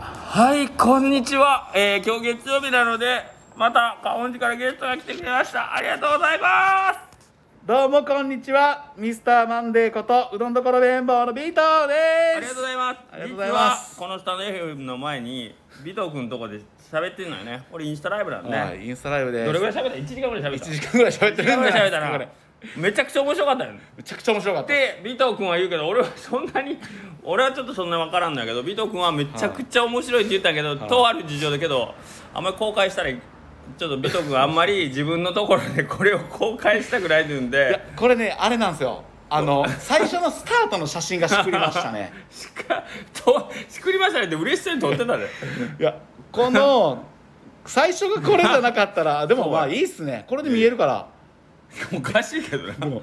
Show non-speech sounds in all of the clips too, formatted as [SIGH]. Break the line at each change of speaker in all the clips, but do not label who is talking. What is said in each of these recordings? はい、こんにちは。えー、今日月曜日なので、また、カオンジからゲストが来てくれました。ありがとうございます。
どうもこんにちはミスターマンデーことうどんどころ綿棒のビート
ありが
で
とう
す
ございます。
ありがとうございます
実はこのスタンド FM の前に、尾藤君のとこで喋ってんのよね。俺インスタライブなんで、
はいインスタライブで
どれぐらい
い
喋った ?1 時間ぐらい喋った。
1時間ぐらい喋ってるんじゃ
ぐ
な
らい喋
い
ったな
これ。
めちゃくちゃ面白かったよね。
めちゃくちゃ面白かった
で尾藤君は言うけど俺はそんなに俺はちょっとそんな分からんのやけど尾藤君はめちゃくちゃ面白いって言ったけど、とある事情だけどあんまり公開したらちょっと尾藤君はあんまり自分のところでこれを公開したくないって言うん
いや
で
これねあれなんですよあ
[LAUGHS]
の最初のスタートの写真がしくりましたね
しかとしくりましたねって嬉しそうに撮ってたで
いやこの最初がこれじゃなかっ
[LAUGHS]
たらでもまあいいっすねこれで見えるから
おかしいけどな
もう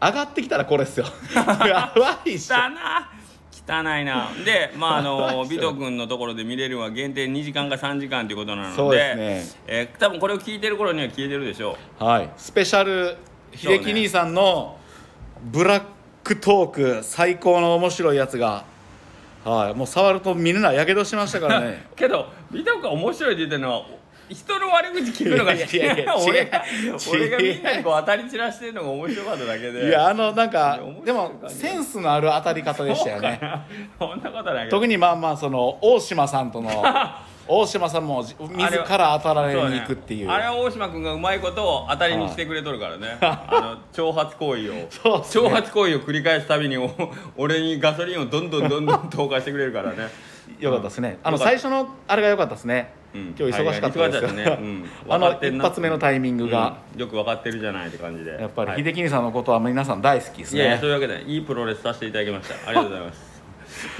上がってきたらこれっ
[LAUGHS]
すよやばいっしょ
汚な汚いなでまああ
[LAUGHS]
の尾
そう
藤君のところで見れるのは限定2時間か3時間ということなので
そうですね
えー多分これを聞いてる頃には消えてるでしょう
はい、スペシャル秀樹兄さんのブラックトーク最高の面白いやつが、はい、もう触るとみんなやけどしましたか
[LAUGHS]
らね
けど美藤君が面白いって言ってるのは人の悪口聞くのが好き
いやいやいや
俺が
違う
俺がみんなにこう当たり散らしてるのが面白かっただけ
い
で
やあのなんか
面白い
でも
感じ
センスのある当たり方でしたよね
[LAUGHS] そんなことないけど
特にまあまあその大島さ
[LAUGHS]
んとの大島さんもじ自ら当たられに行くってい
そ
う
ねあれは大島君がうまいことを当たりにしてくれとるから
[LAUGHS]
ねあの挑発行為を
そうっすね
挑発行為を繰り返すたびにお俺にガソリンをどんどんどんどん投下してくれるから
[LAUGHS]
ね
よかったですねあの
よかっ
最
た
初のあれが良かったですね、
うん
今日忙しかったですよ、
はいはい忙しかったねうん
[LAUGHS] あ
分か
の
ってん
一
な
発目のタイミングが、
うんよく分かってるじゃないって感じで
やっぱ
は
り
い
秀樹兄さんのことは皆さん大好きです
い
ね、
やいやそういうわけでいいプロレスさせていただきましたありがとうございます
[LAUGHS]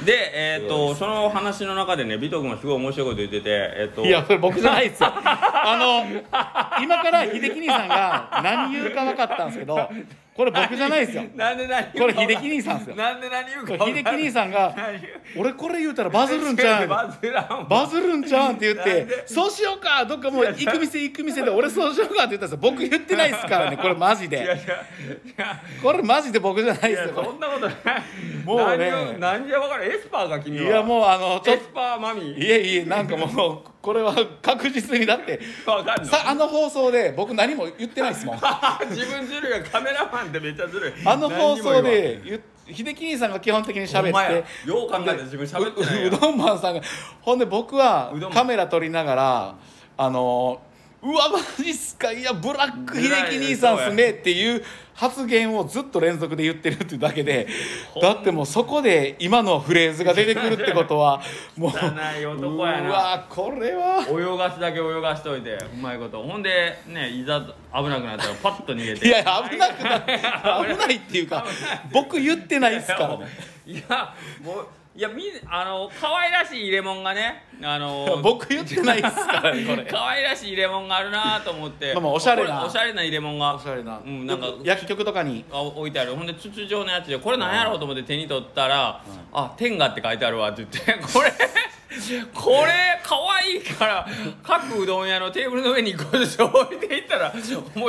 でえっ、とその話の中でね尾藤君がすごい面白いこと言っててえっ、と
いや、それ僕じゃな
[LAUGHS]
いですよ。あの、今から秀樹兄さんが何言うか分かったんですけど、これ僕じゃないですよ。
なんで何言うか
これ秀樹兄さんですよ
なんで何言うか
こ
分
れ
かん
秀樹兄
ん
さんが、
何言う
俺これ言うたらバズるんちゃうん。
バズらん
バズるんちゃうんって言っ
なんで
て、そうしようか、どっかもう行く店行く店で、俺そうしようかって言ったんですよ。僕言ってないですからね、これマジ
いやい
で。
やい
これマジで僕じゃないで
や
す
い
よ
や
これ
そんなことない
もうね
何を何じゃ分からんエスパーが君。はい
や、もうあの、ちょっ
エ
と
ス、パーマミー
いえいえ、なんかもう、これは確実にだって、
分
[LAUGHS]
かんの
さあの放送で僕何も言ってないですもん。
自分ずるいがカメラマンってめっちゃずるい
あの
何に
放送
も言わん
でゆ秀樹兄さんが基本的に
ほんま
喋っ
や
て
よう考えて自分喋ってないうやん
うどんまんさんがほんで僕は
うどんまん
カメラ撮りながらあのーうわマジっすかいやブラック秀樹兄さんっすねっていう発言をずっと連続で言ってるっていうだけでだってもうそこで今のフレーズが出てくるってこ
[LAUGHS]
とはもう
汚い男やな
うわこれは
泳がすだけ泳がしといてうまいことほんでねいざ危なくなったらパッと逃げて
いやいや危な
[LAUGHS]
くない危ないっていうか僕言ってないっすからね
いやもういやみあの可愛らしい入れ物がねあの
僕言ってないっすからねこれ
可愛らしい入れ物があるなと思って
まあまあおしゃれな
これおしゃれな入れ物が
おしゃれな,、
うん、なんか
薬局とかに
あ置いてあるほんで筒状のやつでこれなんやろうと思って手に取ったら「あ天下って書いてあるわ」って言って [LAUGHS] これこれ可愛いから各うどん屋のテーブルの上に1個ずつ置いていったら面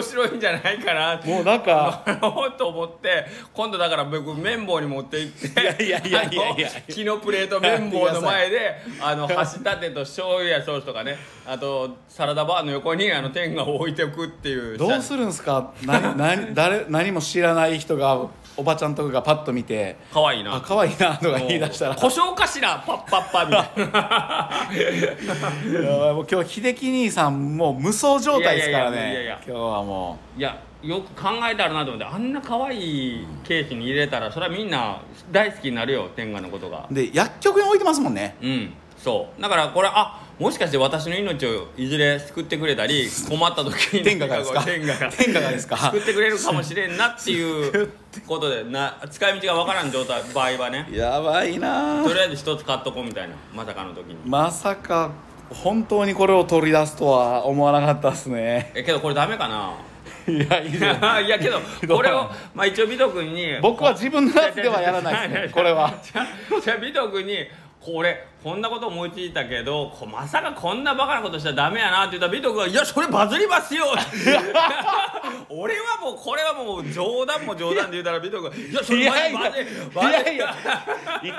白いんじゃないかなって
もうなんか
あのと思って今度だから僕綿棒に持って行って
いやいやいやいやいや
あの木のプレート綿棒の前であの箸立てと醤油やソースとかねあとサラダバーの横にあの天下を置いておくっていう
どうするん
[LAUGHS]
すかな何誰何も知らない人がおばちゃんとかがパッと見て
可愛い
あ
な
可愛いなとか言い出したら
故障かしらパッパッパみたいな
[LAUGHS] やばいもう今日秀樹兄さんもう無双状態ですから
いやいやいやいや
ね今日はも
いやよく考えたらなと思ってあんな可愛いケースに入れたらそれはみんな大好きになるよ天下のことが
うで薬局に置いてますもんね
うんそうだからこれあもしかして私の命をいずれ救ってくれたり困った時に
天下がですか
天下が
天下がですか
救ってくれるかもしれんなっていうことでな使い道がわからん状態場合はね
やばいな
とりあえず一つ買っとこうみたいなまさかの時に
まさか本当にこれを取り出すとは思わなかったっすね [LAUGHS]
えけどこれダメかない
やいい
い
ね
やいや [LAUGHS] けどこれを、まあ、一応尾藤君に
僕は自分のやつではやらないですねこれは
じゃあじゃあ尾藤君にこれこんなこと思いついたけどこまさかこんなバカなことしたらダメやなって言ったらビト君が「いやそれバズりますよ」俺はもうこれはもう冗談も冗談で言うたらビト君が「いやそ
い
れ
やい
バ
や
ズり
い
バズ
やいや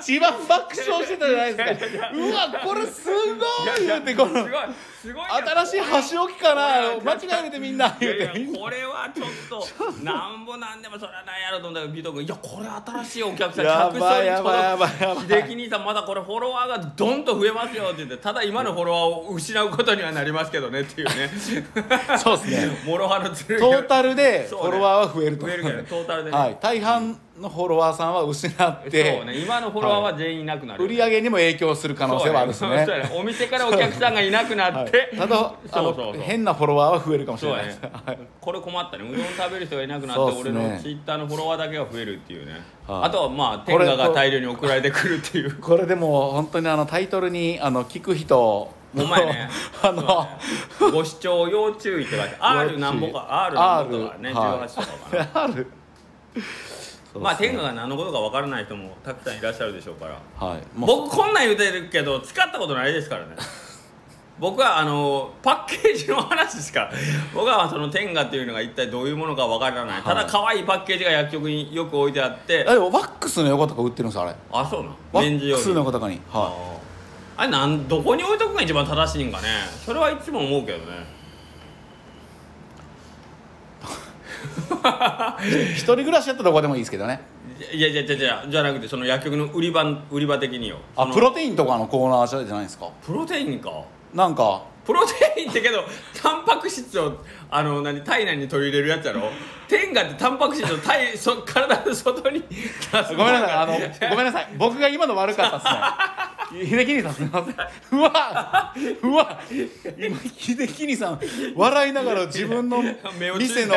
一番爆笑してたじゃないですかうわこれすごい言うてこの
すごいすごいな
新しい箸置きかな間違えるでみんない言う
や
て
いやこれはちょっとなんぼなんでもそれはなんやろと思ったけどビト君いやこれ新しいお客さん
や
客層
ばい
に
やばいやばいやばい
秀樹兄さんまだこれフォロワーがどんと増えますよって言ってただ今のフォロワーを失うことにはなりますけどねっていう
[LAUGHS]
ね
そうですね
諸刃の剣
トータルでフ
そうね
ォロワーは増えると
増えるけどねトータルでね、
はい大半のフォロワーさんは失っ
そう
て
ね今のフォロワーは全員いなくなる、
売り上げにも影響する可能性はあるんです
そうや
ね
そうやお店からお客さんがいなくなっ
は
て、
いただあ
そうそう
の
そう
変なフォロワーは増えるかもし
そ
れ
う
な
や
いで
ね
すはい、
これ困ったねうどん食べる人がいなくなって、
そうっす
俺
ね
のツイッターのフォロワーだけが増えるっていうね、
はい
あとはまあ天
これ
下が大量に送られてくるっていう
これでも本当にあのタイトルにあの聞く人
お前ね
[LAUGHS] あの、
そうねご視聴要注意って書いて R なんぼか R なんぼとかね
R
18とかかな、
[LAUGHS] ある
まあ天下
が
が何のことか分からない人もたくさんいらっしゃるでしょうから
はいもう
僕こんなん言うてるけど使ったことないですから
[LAUGHS]
ね僕はあのパッケージの話ですから僕はその天下っていうのが一体どういうものかわからない、ただ可愛いパッケージが薬局によく置いてあって
あでもワックスの横とか売ってるんですあれ
あそうな
ワ
レンジ
ッ
用
クスの
に
横とかには
あーあれなんどこに置いとくのが一番正しいんかねそれはいつも思うけどね
い一人暮らしやったらどこでもいいですけどね
いやいやいやいやじゃなくてその薬局の売り場売り場的によ
あ
その
プロテインとかのコーナーじゃないですか
プロテインか
なんか
プロテインってけどタンパク質をあの何体内に取り入れるやつやろ天下ってタンパク質を体そ体の外に出す
ごめんなさいあのごめんなさい僕が今の悪かったですね秀樹兄さんすみませんうわうわ今秀樹兄さん笑いながら自分の
目をついて
店の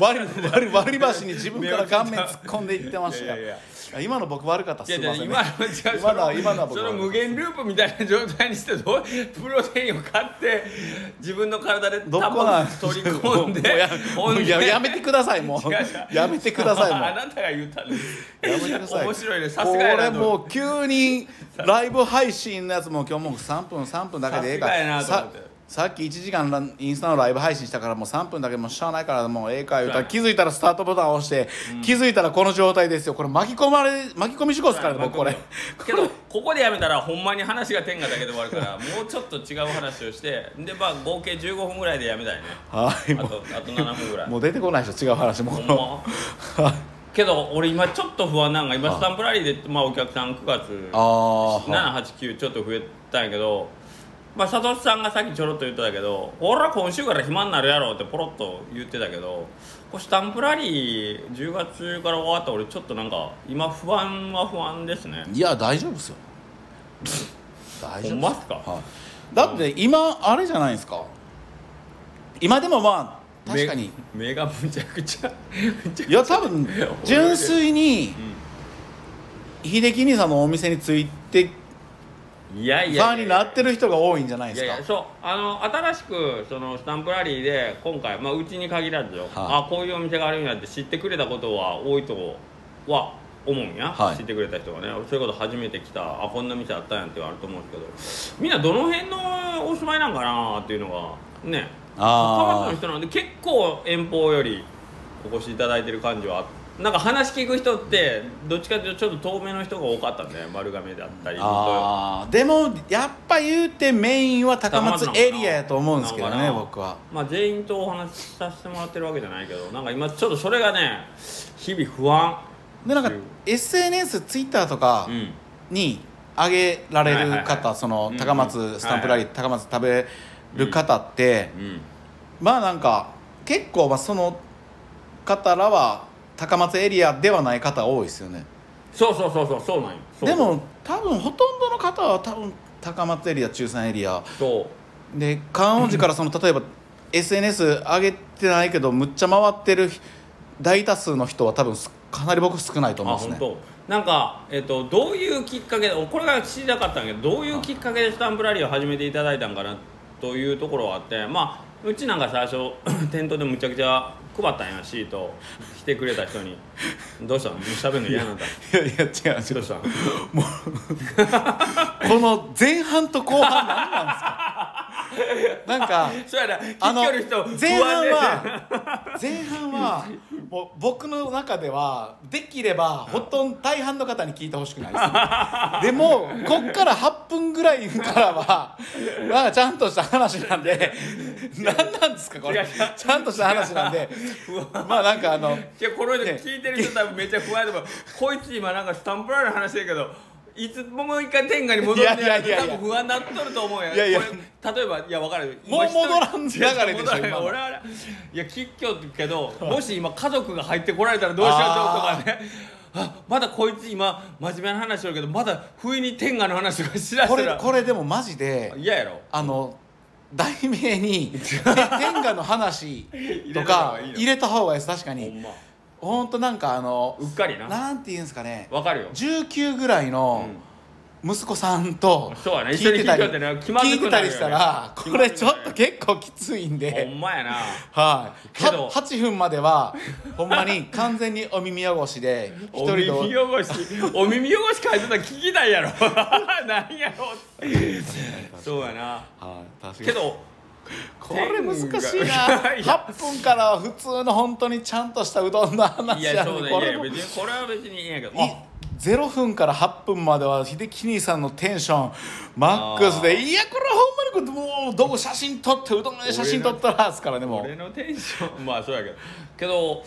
割り割り割り箸に自分から顔面突っ込んでいってまし
いや
た
いや
あ今の僕悪かった
い
す
や
み
いや
ません、ね
今、の違う
今のは今のは僕
そ
は
の無限ループみたいな状態にしてどうプロテインを買って自分の体で
ど
タン
こな
パ
ん
ク質取り込んで
もうや
ほん
も
で
うややめてくださいも
違う違う
うやめてください
[LAUGHS]
もう
あなたが言ったんです
やめてください
面白いねさすがやなと
これ
思
も
って
う急にライブ配信のやつも今日もう3分3分だけでええか
さすがやな
ら
と思っ
さ
て
さっき1時間ランインスタのライブ配信したからもう3分だけもうしゃあないからもうええか言うたら
そう
気づいたらスタートボタンを押して、気づいたらこの状態ですよこれ巻き込まれ巻き込み事故ですからね僕これ
けどここでやめたらほんまに話が天下だけで終わるからもうちょっと違う話をしてでまあ合計15分ぐらいでやめたいね
はい
あとあ
も
と7分ぐら
う
い
もう出てこないでしょ違う話もう [LAUGHS]
ほんまけど俺今ちょっと不安なんが今スタンプラリーで、まあ、お客さん9
あ
月
あは
789ちょっと増えたんやけどまあ佐藤さんがさっきちょろっと言ってたけど「俺は今週から暇になるやろ」ってポロッと言ってたけどこれスタンプラリー10月から終わった俺ちょっとなんか今不安は不安ですね
いいや大丈夫ですよ大
ほ
丈夫
ん
っ
まっすか
はいだって今あれじゃないですか今でもまあ確かに
目目がむちゃくちゃむちゃく
い
ちゃ
や多
[LAUGHS]
分純粋に秀樹兄さんのお店についてフ
いやいやいや
ァンになってる人が多いんじゃない
い
です
やい
か
やそうあの新しくそのスタンプラリーで今回、まあ、うちに限らずよ、あこういうお店があるんやって知ってくれたことは多いとは思うんや、
はい
知ってくれた人がねそういうこと初めて来たあこんな店あったんやってはあると思うんですけどみんなどの辺のお住まいなんかなっていうのがね浜松
あ
の人なんで結構遠方よりお越しいただいてる感じはあなんか話聞く人ってどっちかというとちょっと遠目の人が多かったんで丸亀だったり
ーあーでもやっぱ言うてメインは高松エリアやと思うんですけど
な
ね
んかな
僕は
まあ、全員とお話しさせてもらってるわけじゃないけどなんか今ちょっとそれがね日々不安
でなんか SNSTwitter とか
うん
に上げられ
はいは
る
いは
方
い
そ
うん
の
うん
高松スタンプラリー高松食べる方って
うん
まあなんか結構まあその方らは高松エリアではない方多いですよね
そうそうそうそうそうなんよそう
でも多分ほとんどの方は多分高松エリア中山エリア
そ
で観音寺からその
[LAUGHS]
例えば SNS 上げてないけどむっちゃ回ってる大多数の人は多分すかなり僕少ないと
うあ
思うん
本
ですね
当。なんか、えっと、どういうきっかけでこれが知りたかったんやけどどういうきっかけでスタンプラリーを始めていただいたんかなというところはあってまあうちなんか最初 [LAUGHS] テントでむちゃくちゃ配ったんやシート来てくれた人に「どうしたの喋るの嫌なんだ
[LAUGHS] いやいや違う違う
どうしたの?」
この前半と後半何なんですかなんか
そうやな [LAUGHS] 聞
あの
きよる人
前
不安
半
で
は前半はもう僕の中ではできればほとんど大半の方に聞いてほしくない
[LAUGHS]
ですでもこっから8分ぐらいからはなんかちゃんとした話な
[LAUGHS]
んで何なんですかこ
違う
れ
違う
ちゃんとした話な
[LAUGHS]
んでまあなんかあの
いやこれ
ね
聞いてる人多分めっちゃ不安
[LAUGHS]
やと思うこいつ今なんかスタンプラリーの話やけどいつももう一回天下に戻ってやる
いやいやいやいや
多分不安になっとると思うやん
いやいや
これ例えばいや分かるよ
もう
今一人
戻らん流れでしょ
いや戻らん
今の
俺はあれいや喫強けどもし今家族が入ってこられたらどうしようとかねあまだ [LAUGHS] こいつ今真面目な話してるけどまだ不意に天下の話とかしだし
こ
た
れ
ら
これでもマジで
嫌やろ
あの題
[LAUGHS]
名に天下の話とか入
入
れた方がいいです確か
ほ
に
んま
ほんとなんかあの
うっかりな
なんて言うんですかね
分か
[LAUGHS]
るよ
19ぐらいの息子さんと
そうやね
聞いてたり
一緒に聞いてたら気まずくなるよね
聞いてたりしたら
気
こ
まずくなるよ
れ
ね
ちょっと結構きついん
ほ
で
んまやな
はい
けど
は8分まではほんまに完全にお耳汚しで一
[LAUGHS] お
人
耳
でお
汚しお耳汚し書いてたら聞きたいやろ [LAUGHS] なんやろそうやな
はい確かに
けど
これ難しいな
[LAUGHS] いや
8分からは普通の本当にちゃんとしたうどんの
い
話
や
や
そ
の
う
に
だ
こ
いやい
れ
や
もい
別にこれは別にいいんやけどあ
0分から8分までは秀樹兄さんのテンションマックス
あ
でいやこれほんまにこれもうどこ写真撮ってうどんで写真撮ったらですからねもう
俺のテンション [LAUGHS] まあそうやけどけど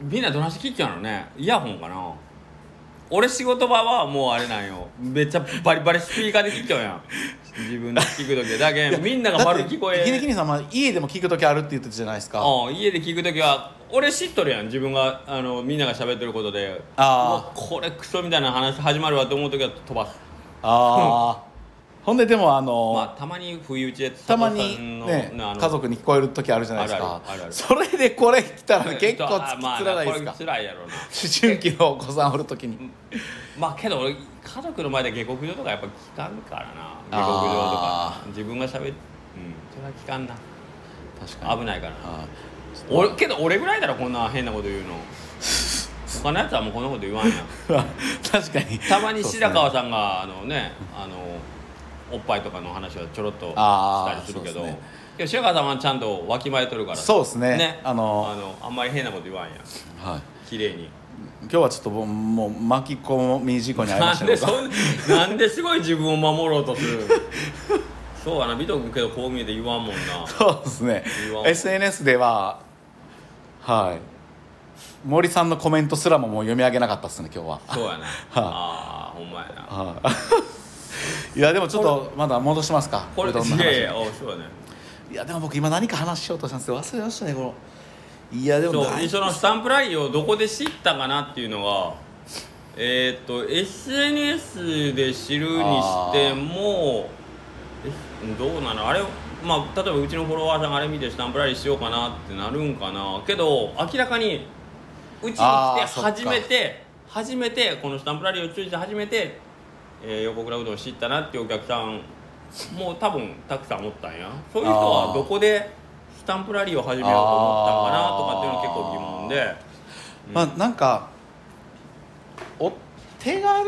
みんなどなし聞きやろねイヤホンかな俺仕事場はもうあれなんよめっちゃバリバリスピーカーで聞きよんやん自分で聞く時はだけんみんながまるで聞こえ
だって [LAUGHS] 秀樹兄さんは家でも聞く時あるって言ってたじゃないですか
うん家で聞く時は俺知っとるやん自分があのみんなが喋ってることで
あ
うわこれクソみたいな話始まるわって思う時は飛ばす
あーほんででもあの、
まあたまに不意打ちで佐藤
たま
さ
に
んの
ね
なあの
家族に聞こえる時あるじゃないです
あ
か
るあるあるある
それでこれ
[LAUGHS]
来たら結構
あ
つ
まあ
つらないです
こ
か
れ辛いやろうな
思春期のお子さんおるときに
まあけど俺家族の前で下克上とかやっぱ聞かんからな下克上と
あ
か自分が喋ってうんそれは聞かんな
確
危ないからな
あ
俺けど俺ぐらいだろこんな変なこと言うの他のやつはもうこんなこと言わんやん
ー確かに
たまに白川
そう
さんがあのねあのおっぱいとかの話はちょろっとした
あ
り
ー
するけ
そ
ど、
うですね
いや白川さんはちゃんとわきまえとるから
そうですね
ね
あの
あのあんまり変なこと言わんやん
ですねはい
綺麗に
今日はちょっともうもう巻き込み事故に遭いま
な
し
ん
た
で
け
そ
ど
んなんですごい自分を守ろうとする
[LAUGHS]
そうやな美藤君けどこう見えて言わんもんな
そうですね
言わん
SNS でははい森さんのコメントすらももう読み上げなかったですね今日は
そうやなあーほんまやな
はいい [LAUGHS] やでもちょっとまだ戻しますか
これ
うどんの
い
話
やいやおそうやね
いやでも僕今何か話しようとしたんですけど忘れましたねこのいやでも
そう
大
でそのスタンプラリーをどこで知ったかなっていうのがえーっと SNS で知るにしてもえどうなのあれまあ例えばうちのフォロワーさんがあれ見てスタンプラリーしようかなってなるんかなけど明らかにうちに来
あ
て
ーそっか
初めて初めてこのスタンプラリーを通じて初めて、えー、横倉うどんを知ったなっていうお客さんもう多分たくさんおったんやそういう人はどこでスタンプラリーを始めようと思ったんかなとかっていうの結構疑問で
まあなんかお手軽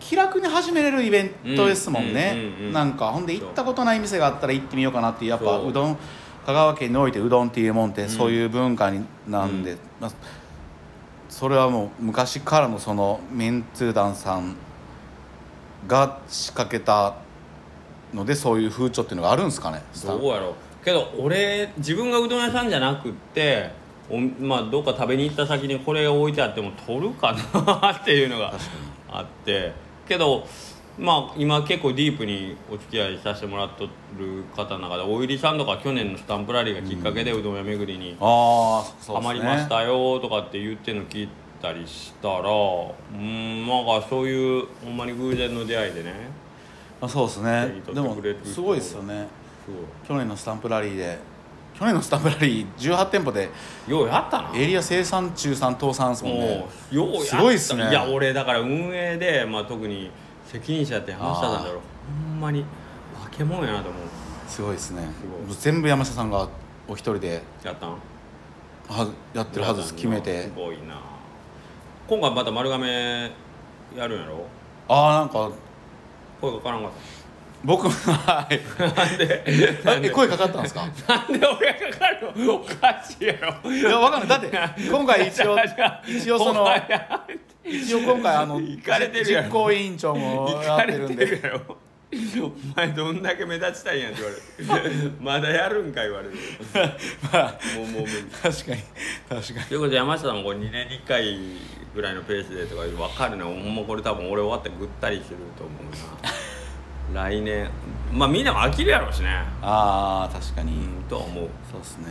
気楽に始めれるイベントですもんね、
うんうんうんうん
なんかほんで行ったことない店があったら行ってみようかなっていうやっぱ
そう
うどん香川県においてうどんっていうもんってそういう文化になんで、まあ、それはもう昔からのそのメンツー団さんが仕掛けたのでそういう風潮っていうのがあるんですかね
どうやろうけど俺自分がうどん屋さんじゃなくっておまあどっか食べに行った先にこれ置いてあっても取るかなっていうのがあってけどまあ今結構ディープにお付き合いさせてもらっとる方の中で大入りさんとか去年のスタンプラリーがきっかけでうどん屋巡りに
ああそう
ハ
ですね
マりましたよとかって言ってんの聞いたりしたらうんなんかそういうほんまに偶然の出会いでね
あそうですね
手に
で
取っ
も
てくれる人
すごいですよね
そ
去年のスタンプラリーで去年のスタンプラリー18店舗で
うようやったな
エリア生産中産倒産ですもんね
もうようやった
すごいっすね
いや俺だから運営で、まあ、特に責任者って話したんだろうほんまに化け物やなと思う
すごいですね
すごい
もう全部山下さんがお一人で
やったん
はやってるはずです決めて
すごいな今回また丸亀やるんやろ
ああなんか
声かからんかっ
僕はいえ声かかったんですか
たなんで俺がかかるのおかしいやろ
いやわかんないだって今回一応一応その
お前や
一応今回あの
行かれてるやろ
実行委員長もやってるん
行かれて
で
るやろ [LAUGHS] お前どんだけ目立ちたいんやって言われる [LAUGHS] まだやるんか言われるもうもう無理
確かに確かに
ということで山下さんもこれ2年に1回ぐらいのペースでとか分かるねほんまこれ多分俺終わってぐったりしてると思う
[LAUGHS]
な来年まあみんなも飽きるやろうしね
ああ確かに、
うんとは思う、
そうですね
うん、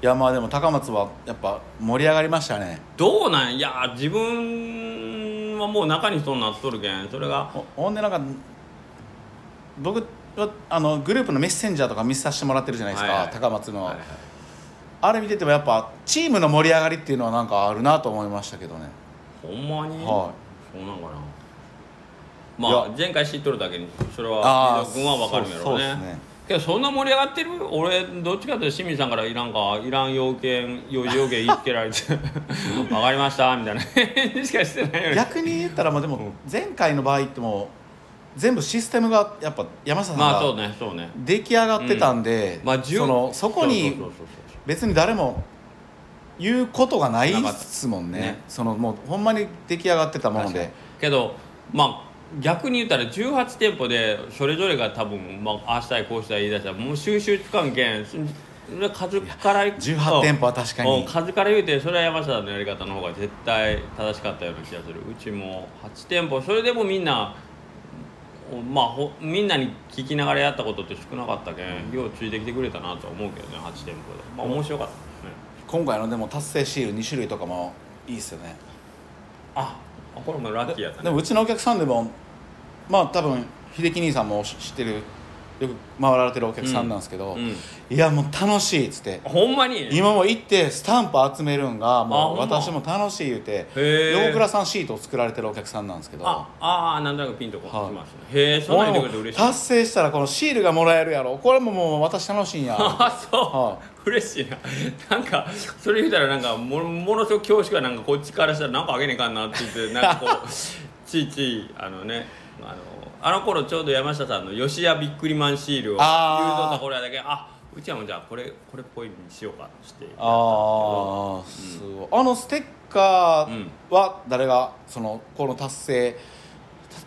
いやまあでも高松はやっぱ盛り上がりましたね
どうなんいや自分はもう中に人になっとるけんそれが
ほほんでなんか僕はあのグループのメッセンジャーとか見させてもらってるじゃないですか、
はいはい
高松の、
はいはい
あれ見ててもやっぱチームの盛り上がりっていうのはなんかあるなと思いましたけどね
ほんまに、
は
そうなんかないまあ
や
前回知っとるだけにそれ
あ
は飯
ー
田君は分かるんやろ
そうう
ね
そうっすね
けどそんな盛り上がってる俺どっちかというと清水さんからいらんかいらん要件要要件言いつけられて [LAUGHS] 分かりましたみたいな返事しかしてないよね
逆に言ったらまあでも前回の場合ってもう全部システムがやっぱ山下さん
まあそう
が
ねそうね
出来上がってたんで、
まあ十
そのそこ
そ
に
うそうそうそう
別に誰も言うことがないですもんね
なかったね
そのもうほんまに出来上がってたもので
けどまあ逆に言ったら18店舗でそれぞれが多分、まああしたいこうしたい言い出したらもう収集つかんけんそれ数から
18店舗は確か
うん
に
数から言うてそれは山下のやり方の方が絶対正しかったような気がするうちも8店舗それでもみんなおまあほみんなに聞きながらやったことって少なかったけんようついてきてくれたなとは思うけどね8店舗でまあ面白かったですね
今回のでも達成シール2種類とかもいいですよね
ああこれもラッキーやった
で
ね
もうちのお客さんでもまあ多分秀樹兄さんも知ってるよく回られてるお客さんなんですけど、
うん
いやもう楽しいっつって
ほんまに
今も行ってスタンプ集めるんが
あ
も
ほ
うん
ま
私も楽しい言うて
へえ
横倉さんシートを作られてるお客さんなんですけど
ああーなんとなくピンとこ
はい
きますね、へえそんなん言ってくれて嬉しい
達成したらこのシールがもらえるやろこれももう私楽
[LAUGHS]
しいんや
あそう、
は
嬉しいな [LAUGHS] なんかそれ言うたらなんかもものすごく恐縮がなんかこっちからしたらなんかあげねえかんなって言ってなんかこうついついあのねあのあの頃ちょうど山下さんの吉谷ビックリマンシールを言うと
あー
った頃やだけどあうちはもうじゃあこれこれっぽいにしようかして
ああーすごいあのステッカーは誰がそのこの達成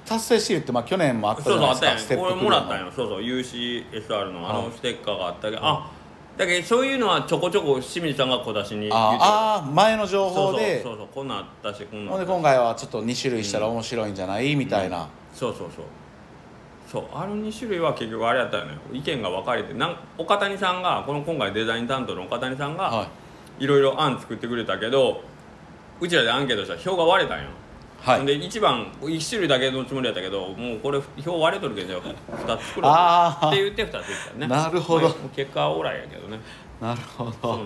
た達成シールってまあ去年もあったじ
そ
ゃ
う
な
そ
い
あ
うで
っ
す
た
か
やんこれ
ステップク
も
リア
ら
の
ったんよそうそう UCSR のあ
は
の
い
ステッカーがあったけど、あだけどそういうのはちょこちょこ清水さんが小出しに言って
あーあー前の
そう
情報
そう
で
そうそうこんなんあったしこんなん
ほ
あっ
ん
た
で
し
今回はちょっと2種類したら面白いんじゃないみたいな
そうそうそうそうあの2種類は結局あれやったよね意見が分かれてなん岡谷さんがこの今回デザイン担当の岡谷さんが
はい
ろいろ案作ってくれたけどうちらでアンケートしたら票が割れたんよ、
はい
ほんで1番1種類だけのつもりやったけどもうこれ票割れとるけんじゃ2つ作ろ
あ
う
ー
って言って2つ言ったね
なるほ
ま
ど
あ結果はオーライやけどね
いなるほ
そうなん
ど
そうなん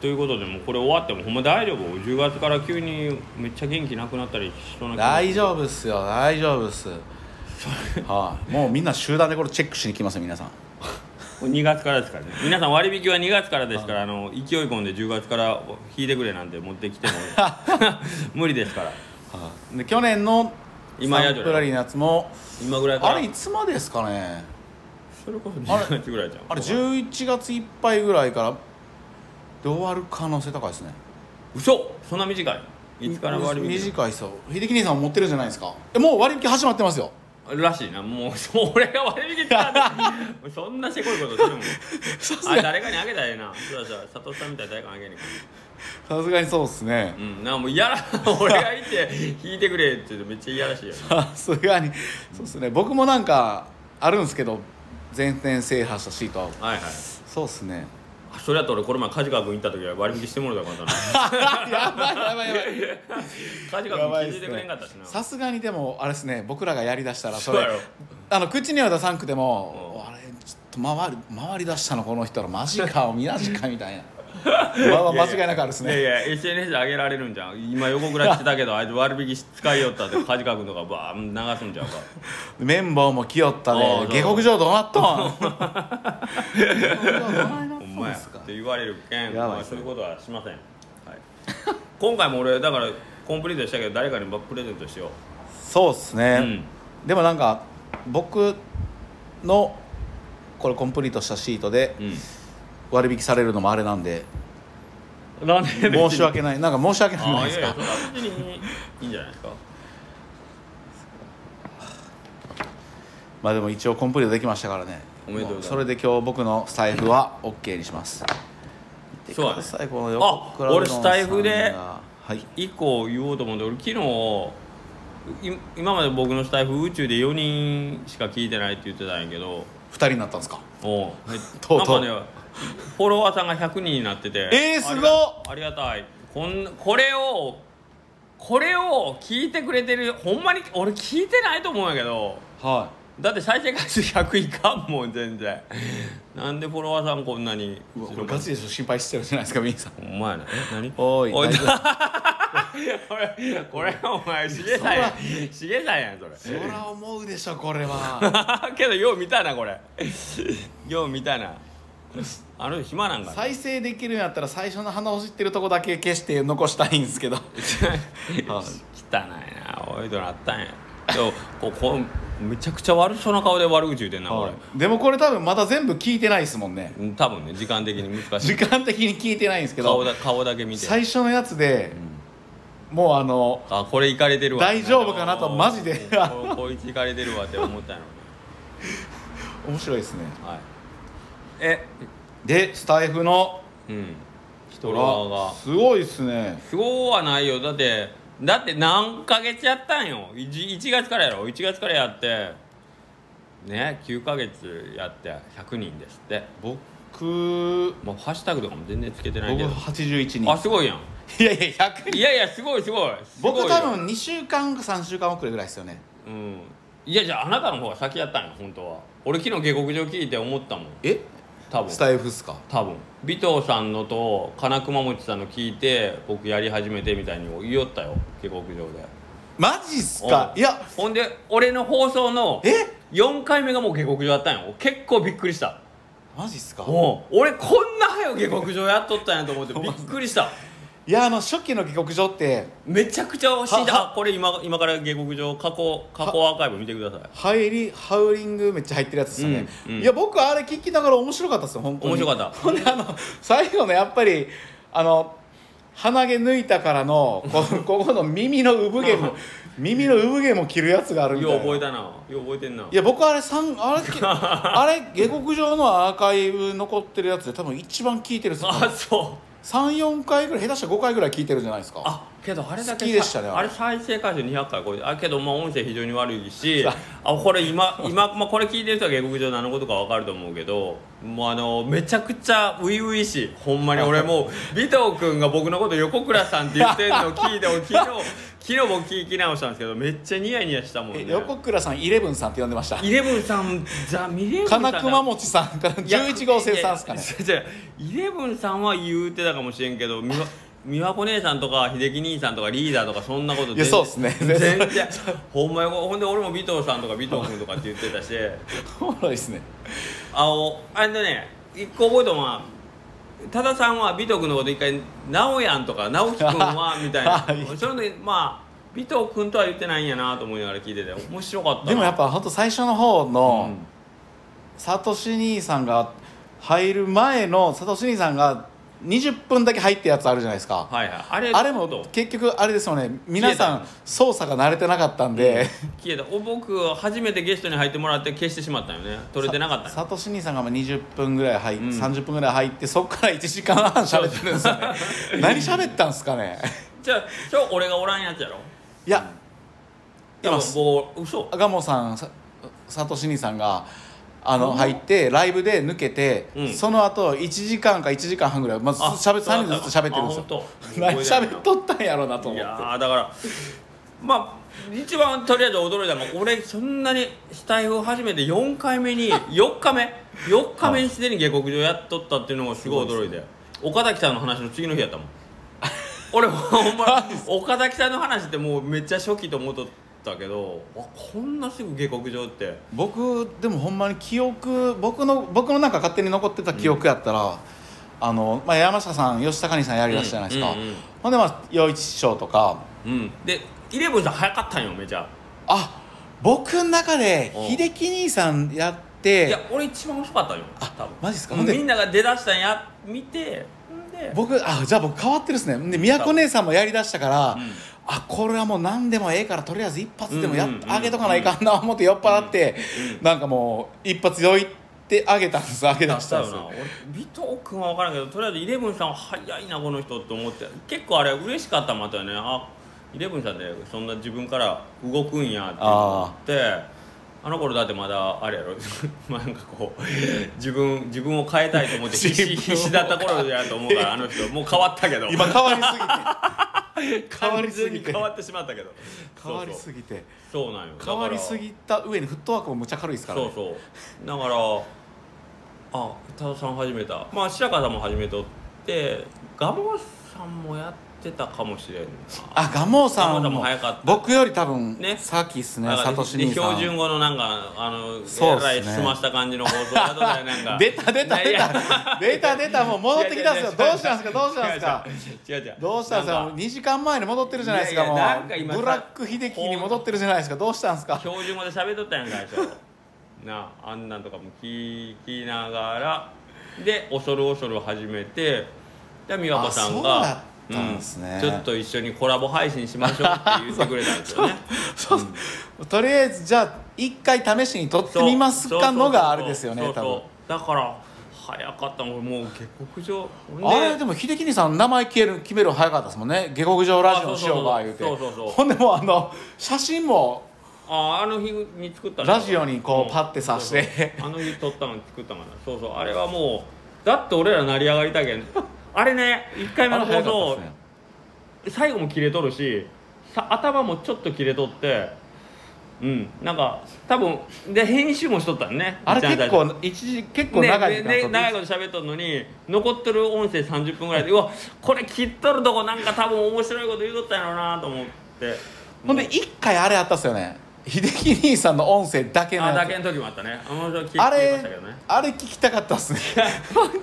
ということでもうこれ終わってもほんま大丈夫10月から急にめっちゃ元気なくなったりしそうな気がする
大丈夫っすよ大丈夫っすはいもうみんな集団でこれチェックしに来ますよ皆さん
2月からですからね皆さん割引は2月からですからあの勢い込んで10月から引いてくれなんて持ってきて
[LAUGHS]
も無理ですから
で去年の
今
サ
や
ン
じゃない
プラリーのやつも
今ぐらいから
あれいつまでですかね
それこそ10月ぐらいじゃん
あれ11月いっぱいぐらいからで終わる可能性高いですね
嘘そんな短いいつから割引
短いそう秀樹兄さんも持ってるじゃないですかえもう割引始まってますよ
らしいなもうそう俺が割引って [LAUGHS] あるそんなせこいことしてもあ誰かにあげたらええなそうだそうだ佐藤さんみたいに誰かにあげねえか
さすがにそうっすね
うんなんかもう嫌ら [LAUGHS] 俺がいて引いてくれって言ってめっちゃ嫌らしいよね
[LAUGHS] さすがにそうっすね僕もなんかあるんですけど全店制覇したシート
はいはい
そうっすね
あそれやったら俺この前梶川君行った時は割引してもらったからな [LAUGHS]
[LAUGHS] やばいやばいやばい
梶
やば
川
い
君
っ
気づいて
す
くれん
ね
かったしな
さすがにでもあれですね僕らがやりだしたらそ
そう
れ
やろ
あの口には出さんくても、
うん [LAUGHS]
あれちょっと回り回り出したのこの人らマジかみなしかみたいなまあまあ間違いなくあるですね
いやいや SNS 上げられるんじゃん今横ぐらしてたけどあいつ割引使いよったって梶川君とかバーン流すんちゃうか
メンバーも来よった
あ
で
あ
下克上どうなったん
[LAUGHS] ほんまやって言われるけん
やばい
まあそう
それ
いうことはしません、はい、 [LAUGHS] 今回も俺だからコンプリートしたけど誰かにプレゼントしよ
そうっす
う、う
ね
ん、、
でもなんか僕のこれコンプリートしたシートで
う
割引されるのもあれなんで
ん、なんで [LAUGHS] 別に
申し訳ないなんか申し訳ないじゃ
ああ
ないで
い
す
やいや
か
それは別にいいんじゃないですか
まあでも一応コンプリートできましたからね
おめでとうございます
それで今日僕のスタイフは OK にします見てく
そうだね
ださいこの横倉
あ俺
うどん
スタイフで
さんがはい
一個言おうと思うんで俺昨日い今まで僕のスタイフ宇宙で4人しか聞いてないって言ってたんやけど
2人になったんですか
おうえ
[LAUGHS] とうとう
なんかねフォロワーさんが100人になってて
えーすごっ
ありがありがたいこんこれ
[LAUGHS]
をこれを聞いてくれてるほんまに俺聞いてないと思うんやけど
は
だって再生回数100いかんもん全然なんでフォロワーさんこんなに
いうわこれガチでしょ心配してるじゃないですかミンさん
お前な何
おい
おい
大丈夫
これこれお前しげさんやしげさんやんそれ
そら思うでしょこれは
[LAUGHS] けどよう見たなこれよう見たなあの人暇なんかな
再生できるんやったら最初の花を知ってるとこだけ消して残したいんですけど
汚いなおいとなったんやでもここめちゃくちゃ悪そうな顔で悪口言うてんなこ
でもこれ多分まだ全部聞いてないですもんね
れ多分ね時間的に難
[LAUGHS]
しい
時間的に聞いてないんですけ
顔
ど
だ顔だけ見て
最初のやつで、もうあの
あこれいかれてるわ
大丈夫かなとマ
[LAUGHS]
ジで
ここいついかれてるわって思ったのに
面白いですね
はいえ
でスタイフの
うん
フ
人
ォ
ら
ロワー
が
がすごいですね
今日はないよだってだって何ヶ月やったんよ 1, 月からやろ1月からやってね9ヶ月やって100人ですって
僕
もうハッシュタグとかも全然つけてない
僕
けど
81
あ
人
すごいやん
いやいや100人
いやいやすごいすごいすごいよ
僕多分2週間か3週間遅れぐらいですよね
うんいやじゃああなたの方が先やったんよ本当は俺昨日下克上聞いて思ったもん
え
多分
スタイフっすか
多分尾藤さんのと金熊持さんの聞いて僕やり始めてみたいに言おったよ下克上で
マジっすか
うん
いや
ほんで俺の放送の
え
4回目がもう下克上だったんよ結構びっくりした
マジっすか
もう俺こんな早う下克上やっとったんやと思ってびっくりした
いやあの初期の下克上って
めちゃくちゃ惜しい
は
だこれ今今から下克上過去過去アーカイブ見てください
ハイリハウリングめっちゃ入ってるやつですよね、
うんうん
いや僕あれ聞きながら面白かったですよ本当に
面白かった
ほんであの最後のやっぱりあの鼻毛抜いたからの
[LAUGHS]
こここの耳の産毛も耳の産毛も切るやつがあるみたいな
よう覚えたなよう覚えてんない
や僕あれさ
[LAUGHS]
んあれけあれ下克上のアーカイブ残ってるやつで多分一番聞いてるんですよ
あそう
34回ぐらい下手したら5回ぐらい聞いてるんじゃないですか
あけどあれだけ
好きでしたね
さ
あ
あ
れ
れ再生回数200回超えてあけどまあ音声非常に悪いしあこれ今今、まあ、これ聞いてる人は下克上何のことか分かると思うけどもうあのめちゃくちゃ初々しいほんまに俺 [LAUGHS] もう尾藤君が僕のこと横倉さんって言ってんのを聞いて俺 [LAUGHS] 昨日昨日僕聞き直したんですけどめっちゃニヤニヤしたもん
え
ね
横倉さんイレブンさんって呼んでました
イレブンさんじゃミレブンさん
金熊持さんから11号生産ですかね
いやいやイレブンさんは言うてたかもしれんけどみわ美和子姉さんとか秀樹兄さんとかリーダーとかそんなこと全
いやそうっすね
全 [LAUGHS] 然ほんまにほんで俺も尾藤さんとか尾藤君とかって言ってたし
おもろいですね
あおあれだね一個覚えたのは多田さんは尾藤君のこと一回「直やん」とか「直樹君 [LAUGHS] は」みたいな
[LAUGHS] はい
それでまあ尾藤君とは言ってないんやなと思いながら聞いてて面白かったな
でもやっぱ本当最初の方の、
うん
サトシ兄さんが入る前のサトシ兄さんが20分だけ入ったやつあるじゃないですか、
はいはいあれ
あれ
どう
も結局あれですよね皆さ
消え
ん操作が慣れてなかったんで、
消えたお僕初めてゲストに入ってもらって消してしまったよね取れてなかったよ
サトシ兄さんがまあ20分ぐらい入って、
うん
30分ぐらい入ってそっから1時間半喋ってるんですよね
[LAUGHS]
何喋ったんですかね
じゃあ今日俺がおらんやつやろ
いやい
も
ます
もう嘘
ガモさんさサトシ兄さんがあの入ってライブで抜けて、
うん
その後1時間か1時間半ぐらいまず
あ
しゃべ3人ずつ喋ってるんです
あ本
よ
当
[LAUGHS] 何喋っとったんやろうなと
い
思
や
って
ーだからまあ一番とりあえず驚いたのが俺そんなにスタイフを始めて4回目に4日目4日目にすでに下克上やっとったっていうのがすごい驚いて、岡崎さんの話の次の日やったもん俺ほんま岡崎さんの話ってもうめっちゃ初期と思っとったけどわこんなすぐ下克上って
僕でもほんまに記憶僕の僕のなんか勝手に残ってた記憶やったら、あのまあ、山下さん吉高兄さんやりだしたじゃないですか、
うんうんうん
ほんでまあ陽一師匠とか
うんでイレブンさん早かったんよめちゃ
あ僕の中で
お
秀樹兄さんやっ
いや
て
俺一番遅かったんよ多分
マジっすか
もう
ほんで
みんなが出だしたんや見てんで
僕あじゃあ僕変わってるっすねで宮子姉さんもやりだしたから、
うん
あこれはもう何でもええからとりあえず一発でもやっ、
うんうんうん
あげとかないかんな思って酔っ払って、なんかもう一発酔いってあげたんですあげ
出
だ
し
したた
よ
んです
な俺尾藤君は分からんけどとりあえずイレブンさんは早いなこの人って思って結構あれ嬉しかったもんあったよねあイレブンさんでそんな自分から動くんやって思ってあの頃だってまだあれやろ [LAUGHS] まあなんかこう自分自分を変えたいと思って必死
自分を
必死だった頃やと思うからあの人もう変わったけど
今変わりすぎて変わ
[LAUGHS] 完
りす
全に
ぎて
変わってしまったけど
変わりすぎて
そうそうそうなんよだから
変わりすぎた上にフットワークもむちゃ軽いですから、ね、
そうそうだからあ多田さん始めたまあ白川さんも始めとって蒲生さんもやってたかもしれんな
あガモさん
ガモさ
も
んも早かった
僕より多分、
ね
先っすね
だから
サトシ兄さ
標準
ん
語のなんかあの
そうっすね
えらい済ました感じの放送だとかやなんか
[LAUGHS] 出た出た
い
出
や
た出た出たもう戻ってきたんですよどうしたんですかどうしたんですか
違う違う違う違う違う
どうしたんですか
な
も
ん
う
か
2時間前に戻ってるじゃないですか
いやいや
も
なんか今
うブラック秀樹に戻ってるじゃないですかどうしたんですか
標準語で喋っとったやんか最
[LAUGHS]
初なああんなんとかも聞きながらで恐る恐る始めてで美和子さん
あ
が
そうだったんですね
うんちょっと一緒にコラボ配信しましょうって言ってくれたんですよね
[LAUGHS] そうとりあえずじゃあ一回試しに撮って
そう
みま
そ
す
うそう
か
そう
のがあれですよね
そうそう
多
だから早かったもんもう下克上
分あれでも秀樹兄さん名前決める決めるの早かったですもんね下克上ラジオしようか
あ
言うて
そうそうそうそうそうそう
ほんでもうあの写真も
ああの日に作ったの
ラジオにこう
うん
パッてさして
そうそうあの日撮ったの作ったのかなそうそうあれはもうだって俺ら成り上がりたけんあれね1回目の
あれ
放
早かった
送
っすね
最後も切れとるしさ頭もちょっと切れとってうんなんか多分で編集もしとったんね
あれ
ちゃんと
結構一時結構長い時間
ねね
撮って
長いこと喋っとるのに残ってる音声30分ぐらいでうわこれ切っとるとこなんか多分面白いこと言うとったんやろうなと思って
ほんで一回あれあったっすよね秀樹兄さんの音声だけの
あだ
や
け
つ
の時もあったねあの時
あ
聞いてま
れ
したけどね
あれ聞きたかったっすね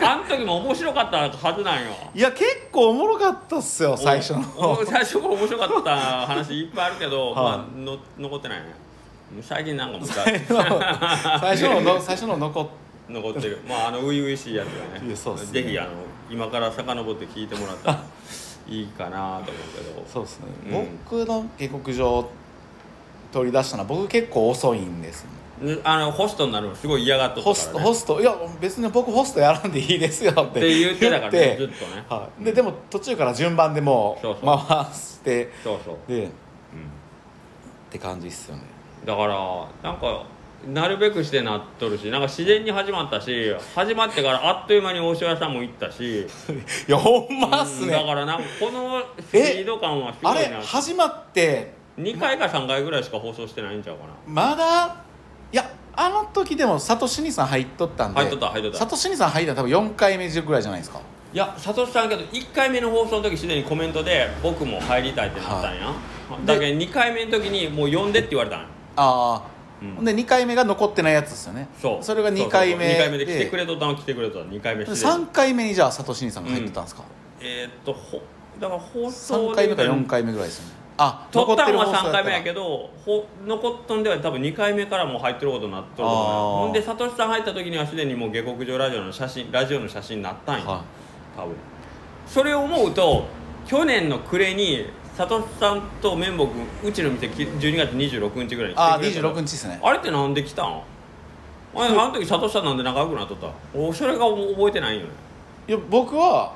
あの時も面白かったはずなんよ
いや結構おもろかったっすよ最初の
[LAUGHS] おお最初から面白かった話いっぱいあるけど、
はい
まあ、の残ってないね最近なんかもさ
最初の最初のの最初の残っ
残ってるまああの初々しいやつが
い
ね
やそうっすね
ぜひあの今から遡って聞いてもらったらいいかなと思うけど
そうですね、
うん
僕の下克上取り出したのは僕結構遅いんですよ
ねあのホストになるのすごい嫌がっと
ホ
った
ス
か
ト
ら、ね、
ホストいや別に僕ホストやらんでいいですよっ
ってて言ってたからねず
言
っ
って
とね
はい、ででも途中から順番でも
そうそう
う回して
そうそう、
でっ
うん
て感じっすよね
だからなんかなるべくしてなっとるしなんか自然に始まったし始まってからあっという間に大塩屋さんも行ったし、
いやほんまっす
うんだか
ね
らなんかこのスピード感はすご
あ
い
れ
な
始まって
2回か3回ぐらいしか放送してないんちゃうかな
まだいやあの時でもサトシニさん入っとったんで
入っとった入っとった
サトシニさん入ったの多分4回目ぐらいじゃないですか
いや佐藤さんけど1回目の放送の時すでにコメントで「僕も入りたい」ってなったんや、だけど2回目の時に「もう呼んで」って言われたんや
ああ、
うん
ほんで2回目が残ってないやつですよね
そう
れが2回目
2回目で来てくれとったの来てくれとったの2回目して
3回目にじゃあサトシニさんが入ってたんですか、
えーっとほだから放
三
送
3
で
回
言う
目か
たら
4回目ぐらいですよねあ
取ったのは
放送
3
った
回目やけどほ残っとんでは多分2回目からもう入ってることになっとると思う
あー
ほんでサトシさん入った時にはすでにもう下克上ラジオの写真ラジオの写真になったんや、
は
多分それを思うと去年の暮れにサトシさんと綿棒君うちの店き12月26日ぐらい
い
に
ああ
来てくれ
26
たの
日ですね
あれってなんで来たんあれあの時サトシさんなんで仲良くなっとったおそれが覚えてないんよね
いや僕は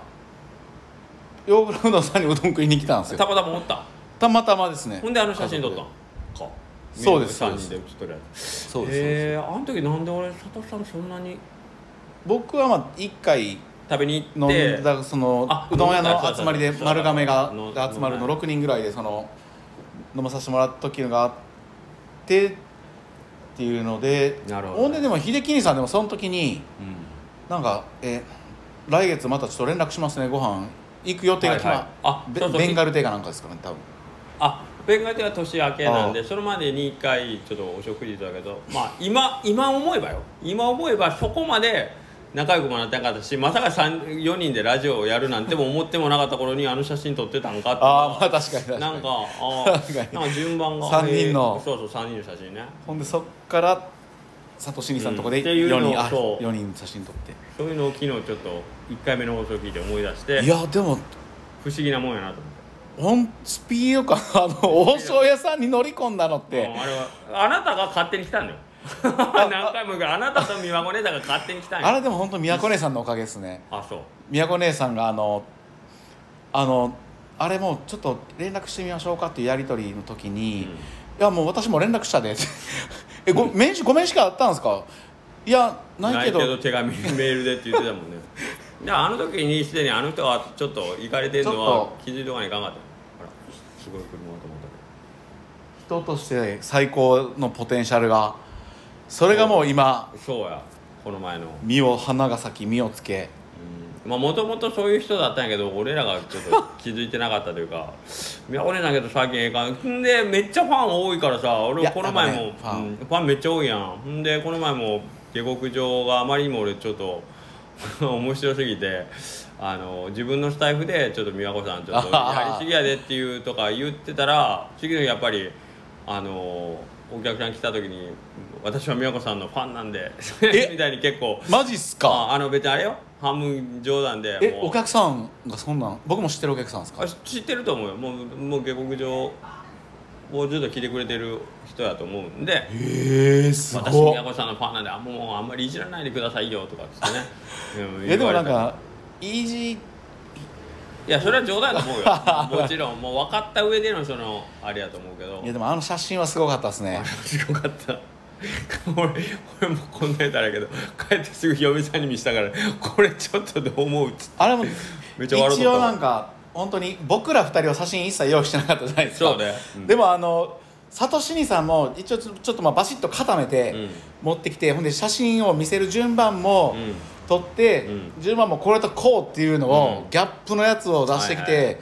ヨーグルトうどんさんにうどん食いに来たんですよ
たまたまおった
たまたまですね
ほんであの写真撮ったんか
そうです
3人で写っとるやつ
そうです、
えー、あの時なんで俺佐藤さんそんなに
僕はまあ1回
食べに行
飲
っ
ん
て
だその
あ
うどん屋
飲んだ
の
そうそう
集まりで
そう
丸亀が
飲ん
で集まる
飲ん
の
だ
6人ぐらいでその飲まさせてもらった時のがあってっていうので
なるほど
んででも秀樹兄さんでもその時に
うん
なんかえー来月またちょっと連絡しますねご飯行く予定が決ま、
はいはいあ
ベ
そうそう
ベンガル亭かなんかですかね多分
あベンガルでは年明けなん
あ
でそれまでに1回ちょっとお食事だけどまあ今今思えばよ今思えばそこまで仲良くもなってなかったしまさか4人でラジオをやるなんても思ってもなかった頃にあの写真撮ってたんかって
ああまあ確かに確かに
なんかあ
確かに
ーなんか順番が
三人の
えーそうそう3人の写真ね
ほんでそっからサトシニさんのとこで
うんっていうの
4
を
人、あ
そう
4人写真撮って
そういうのを昨日ちょっと1回目の放送聞いて思い出して
いやでも
不思議なもんやなと思って
ほんスピード感あの王将屋さんに乗り込んだのっ
う
て
んあれはあなたが勝手に来たんだよ何回も言うけどあなたと美和子姉さんが勝手に来たん
あ
よ
れでも本当宮子姉さんのおかげですね
あそう
宮子姉さんがあのあのあれもうちょっと連絡してみましょうかっていうやり取りの時に
う
「
ん
いやもう私も連絡したで」 [LAUGHS] ってえご面5名しかあったんですか?」いやないけど
手
[LAUGHS]
紙メールでって言ってたもんねであの時にすでにあの人はちょっと行かれてるの
ちょ
は
っ
気づいとかにいかんかったあらすごい車だと思った
人として最高のポテンシャルがそれがもう今
けどそうやこの前の
実を花が咲き実をつけ
うんまあもともとそういう人だったんやけど俺らがちょっ
[LAUGHS]
と気づいてなかったというかいや俺だけど最近ええかんんでめっちゃファン多いからさ
い
俺
や
この前も、
やっぱね
うんファンめっちゃ多いやんんでこの前も下克上があまりにも俺ちょっと [LAUGHS] 面白すぎてあの自分のスタイフでちょっと美和子さんちょっとやりすぎやでっていうとか言ってたら次の日やっぱりあのお客さん来た時に「私は美和子さんのファンなんで」[LAUGHS]
え
みたいに結構。
マジっすか
ああの別にあれよ半分冗談で
え
もう
お客さんがそんなん僕も知ってるお客さんですか
あ知ってると思うよもうもう下克上をずっと聞いてくれてる人やと思うんで
えー、す
私
ごい
宮古さんのファンなんであもうあんまりいじらないでくださいよとかっつってねうん
えでもなん
言われた
かイージ
い
ー
やそれは冗談だと思うよもちろんもう分かった上でのそのあれやと思うけど
いやでもあの写真はすごかったですね
すごかった俺俺もこんなやつあれやけど帰ってすぐ嫁さんに見せたからこれちょっとどう思うっつって
あれも
[LAUGHS] めっちゃ笑うとった
一応なんか本当に僕ら二人は写真一切用意してなかったじゃないですか
そうねうん
でもあのサトシニさんも一応ちょちょっとまあバシッと固めて
うん
持ってきて、ほんで写真を見せる順番
う
も
ん
撮って、
う
順番もこれとこうっていうのを、
うん
ギャップのやつを出してきて、
はいは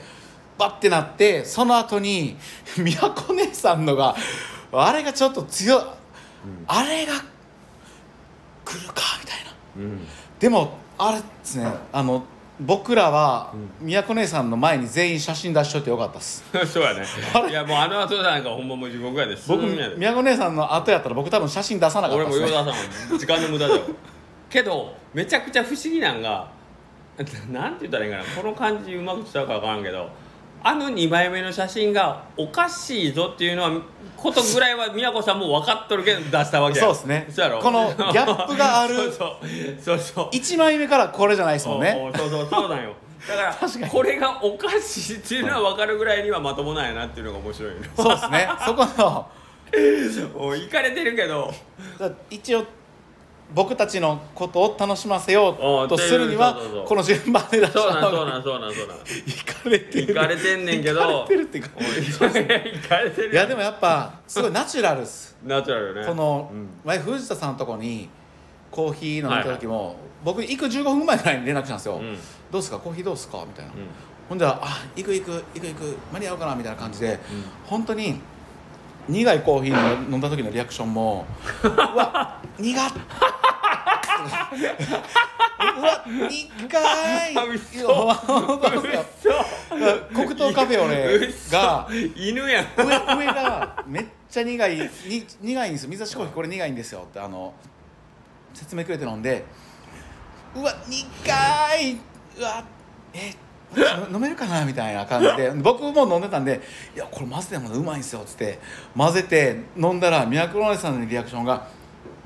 バッてなってその後に [LAUGHS] 宮子姉さんのがあれがちょっと強い、あれが来るかみたいな。
うん
でもあれですねあの僕らは宮子姉さんの前に全員写真出しといてよかったっす
[LAUGHS] そうやねいやもうあの後なんかほんまもう地獄やで
僕
すんやで
宮子姉さんの後やったら僕多分写真出さなかっ
俺
た
も
っす、
ヨ
ね、
ダさんも時間の無駄だよ [LAUGHS] けどめちゃくちゃ不思議なんが [LAUGHS] ななんて言ったらいいんかなこの感じうまく伝わるか分からんけどあの2枚目の写真がおかしいぞっていうのはことぐらいは宮子さんも分かっとるけど出したわけや
そうっすね
そうやろ
こ
[LAUGHS]
のギャップがある
そうそうそうそう
1枚目からこれじゃないですもんね
おうおうそうそうそうなんよだから
確かに
これがおかしいっていうのは分かるぐらいにはまともなんやなっていうのが面白いよね
そうですねそこの
もういかれてるけど
だ一応僕たちのことを楽しませようとするに
おう
は
っていうそうそうそう
この順番で出した
そうなんそ
方
う
が
なんそうなんそうなん
[LAUGHS] いかれてる
いかれてんねんけど
いかれてるっていうか
いかれてる
いやでもやっぱすごいナチュラルっす
ナチュラルよね
この
うん
前藤田さんのとこにコーヒー飲んでた時も、僕行く15分前ぐらいに連絡したんですよ、
うん
どうっすかコーヒーどうっすかみたいな、
うん
ほんでらあ行く行く行く行く間に合うかなみたいな感じで、本当に苦いコーヒーの飲んだ時のリアクショ
[LAUGHS]
ンも「うわ苦っ!」う
[LAUGHS]
わ苦い
嘘
いや本当ですよ黒糖カフェオレが
嘘犬やん
上上がめっちゃ苦いに苦いんですよ水出しコーヒーこれ苦いんですよってあの説明くれて飲んでうわ苦いうわえ私飲めるかなみたいな感じで僕も飲んでたんで「いやこれ混ぜてもうまいんですよ」っつって混ぜて飲んだら宮黒姉さんのリアクションが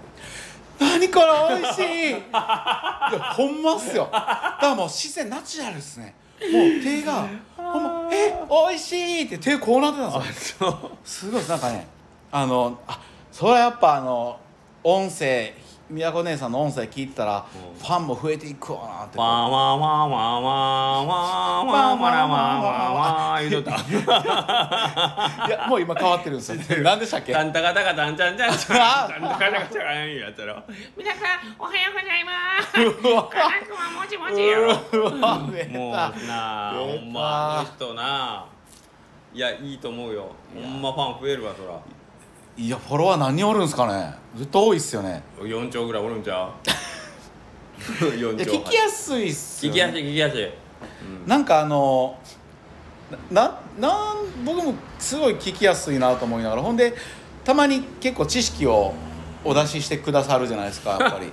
「何これ美味しい!」いやほんまっすよだからもう自然ナチュラルですねもう手がほんま「え美味しい!」って手こうなってたんですよ
そう
すごいなんかねあのあそれはやっぱあの音声宮古姉さんの音声聞いてたら
うん
ファンも増えていくわなって
わーわーわーわーわーわーわーわーわーわーわー言うとった
いやもう今変わってるんです
[LAUGHS]
よなんでしたっけ
タンタカタカタンチャンチャンチャン
あ
タンタカタカチャカンやったら
皆さんおはよ
[LAUGHS]
うございます。
うわ
科学はもちもちよ。
うわ出
もう
た
なあほんまあの人ないやいいと思うよほんまファン増えるわそら
いやフォロワー何人おるんですかねずっと多いっすよね
4兆ぐらいおるんちゃう4
いや
兆
聞きやすいっす
聞
よ、
き
ね、
やすい聞きやすい
なんかあのななん僕もすごい聞きやすいなと思いながらほんでたまに結構知識をお出ししてくださるじゃないですかやっ [LAUGHS] ぱり